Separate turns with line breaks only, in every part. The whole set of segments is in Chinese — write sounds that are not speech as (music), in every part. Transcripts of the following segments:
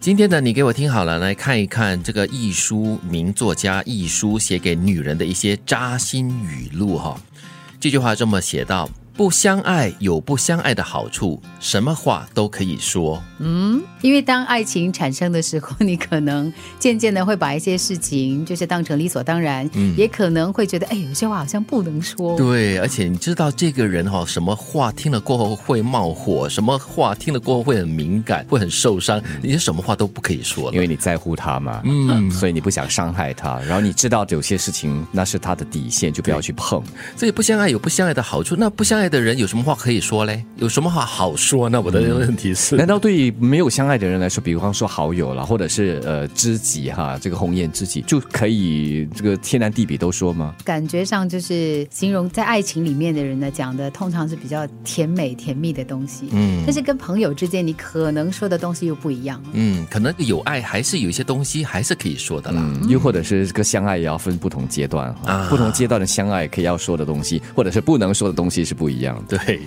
今天呢，你给我听好了，来看一看这个易书名作家易书写给女人的一些扎心语录哈、这句话这么写道：不相爱有不相爱的好处，什么话都可以说。
嗯，因为当爱情产生的时候，你可能渐渐的会把一些事情就是当成理所当然，也可能会觉得，哎，有些话好像不能说。
嗯对，而且你知道这个人哈、什么话听了过后会冒火，什么话听了过后会很敏感，会很受伤，你就什么话都不可以说
因
了。
为你在乎他嘛，嗯，所以你不想伤害他，然后你知道有些事情那是他的底线，就不要去碰。
所以不相爱有不相爱的好处，那不相爱的人有什么话可以说嘞？有什么话好说呢？我的问题是，
难道对于没有相爱的人来说，比方说好友啦，或者是呃知己哈，这个红颜知己就可以这个天南地北都说吗？
感觉上就是形容在爱情里面的人呢，讲的通常是比较甜美甜蜜的东西，
嗯
但是跟朋友之间，你可能说的东西又不一样。
嗯，可能有爱还是有一些东西还是可以说的啦。
嗯，又或者是这个相爱也要分不同阶段哈，
啊
不同阶段的相爱可以要说的东西，或者是不能说的东西是不一样的。
对，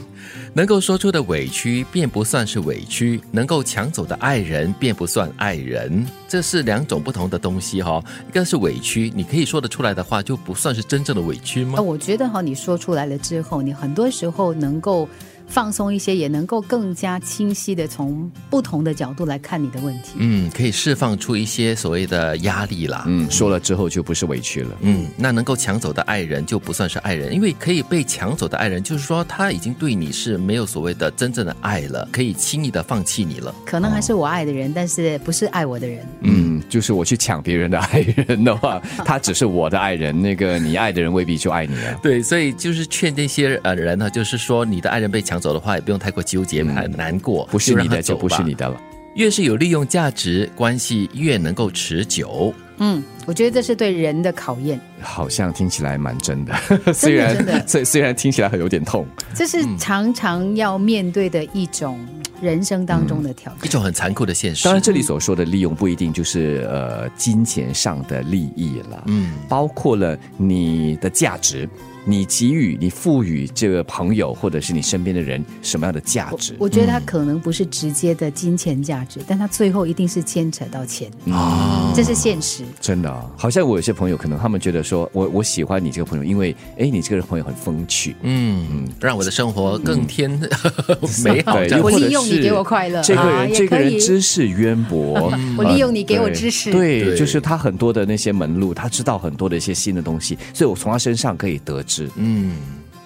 能够说出的委屈便不算是委屈，能够抢走的爱人便不算爱人，这是两种不同的东西哈、一个是委屈，你可以说得出来的话，就不算是真正的委屈吗
啊，？我觉得哈，你说出来了之后，你很多时候能够放松一些，也能够更加清晰的从不同的角度来看你的问题。
嗯，可以释放出一些所谓的压力啦。嗯
嗯，说了之后就不是委屈了。
那能够抢走的爱人就不算是爱人，因为可以被抢走的爱人，就是说他已经对你是没有所谓的真正的爱了，可以轻易的放弃你了。
可能还是我爱的人，但是不是爱我的人。
嗯，就是我去抢别人的爱人的话，他只是我的爱人，那个你爱的人未必就爱你啊。
对，所以就是劝这些呃人呢，就是说你的爱人被抢走的话，也不用太过纠结、很难过，
不是你的就
就
不是你。的了。
越是有利用价值，关系越能够持久。
嗯，我觉得这是对人的考验，
好像听起来蛮真
(laughs)
的，虽
真的
然虽虽然听起来很有点痛，
这是
嗯
常常要面对的一种人生当中的挑战。
一种很残酷的现实。
当然这里所说的利用不一定就是呃金钱上的利益了，
嗯，
包括了你的价值，你给予你赋予这个朋友或者是你身边的人什么样的价值？
我觉得它可能不是直接的金钱价值，但它最后一定是牵扯到钱，
嗯
哦、这是现实。
真的啊、好像我有些朋友可能他们觉得说我我喜欢你这个朋友，因为哎你这个朋友很风趣，
嗯，让我的生活更添、呃美好。
(laughs) 对
这样
我
哦又或者
利用你
是
给我快乐，
这个
啊
人，
也
这个
可
人
以，
知识渊博
(laughs) 我利用你给我
对
知识
对，
对
就是他很多的那些门路，他知道很多的一些新的东西，所以我从他身上可以得知，
嗯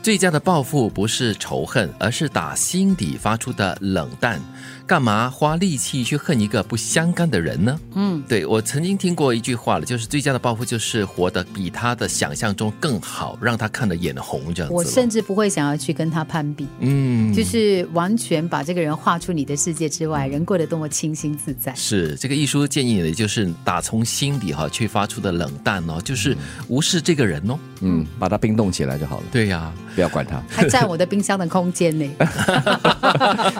最佳的报复不是仇恨，而是打心底发出的冷淡。干嘛花力气去恨一个不相干的人呢？嗯，对我曾经听过一句话了，就是最佳的报复就是活得比他的想象中更好，让他看得眼红这样子了。
我甚至不会想要去跟他攀比，
嗯，
就是完全把这个人划出你的世界之外，人过得多么清新自在。
是这个艺术建议的，就是打从心底哈、去发出的冷淡哦，就是无视这个人哦。
嗯，把它冰冻起来就好了，
对呀、
不要管
(laughs)
他，
还占我的冰箱的空间呢。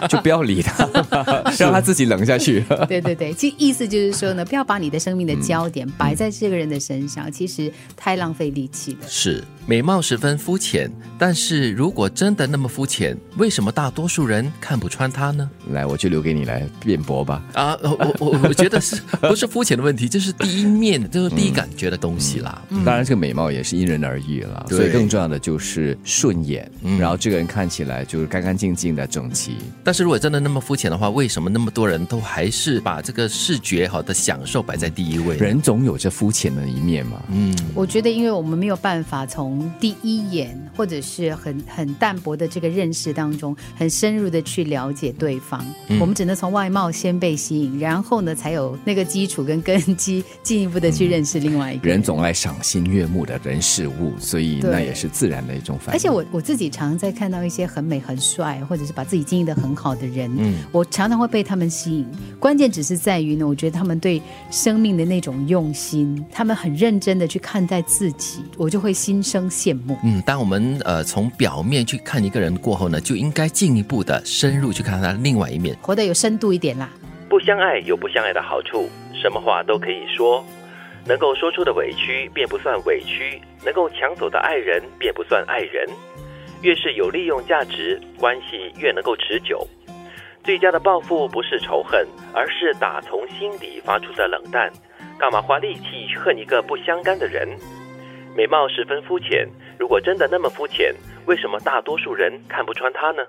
就不要理他，
(laughs)
让他自己冷下去。 (laughs)
对对对，其实意思就是说呢，不要把你的生命的焦点摆在这个人的身上，其实太浪费力气了。
是美貌十分肤浅，但是如果真的那么肤浅，为什么大多数人看不穿它呢？
来，我就留给你来辩驳吧。
啊，我我我我觉得 (laughs) 是不是肤浅的问题，就是第一面，就是第一感觉的东西啦。
当然，这个美貌也是因人而异了，
嗯对嗯
所以更重要的就是顺眼，然后这个人看起来就是干干净净的、整齐。
但是如果真的那么肤浅的话，为什么那么多人都还是把这个视觉好的享受摆在第一位呢？
人总有这肤浅的一面嘛，
嗯，
我觉得，因为我们没有办法从第一眼或者是很很淡薄的这个认识当中，很深入的去了解对方，我们只能从外貌先被吸引，然后呢，才有那个基础跟根基，进一步的去认识另外一个
人总爱赏心悦目的人事物，所以
对
那也是自然的一种反应。
而且我我自己常在看到一些很美很帅，或者是把自己经营的很好的人，我常常会被他们吸引。关键只是在于呢，我觉得他们对生命的那种用心，他们很认真的去看待自己，我就会心生羡慕。
嗯，当我们呃从表面去看一个人过后呢，就应该进一步的深入去看他另外一面。
活得有深度一点啦。
不相爱有不相爱的好处，什么话都可以说。能够说出的委屈便不算委屈，能够抢走的爱人便不算爱人。越是有利用价值，关系越能够持久。
最佳的报复不是仇恨，而是打从心底发出的冷淡。干嘛花力气去恨一个不相干的人？美貌十分肤浅，如果真的那么肤浅，为什么大多数人看不穿它呢？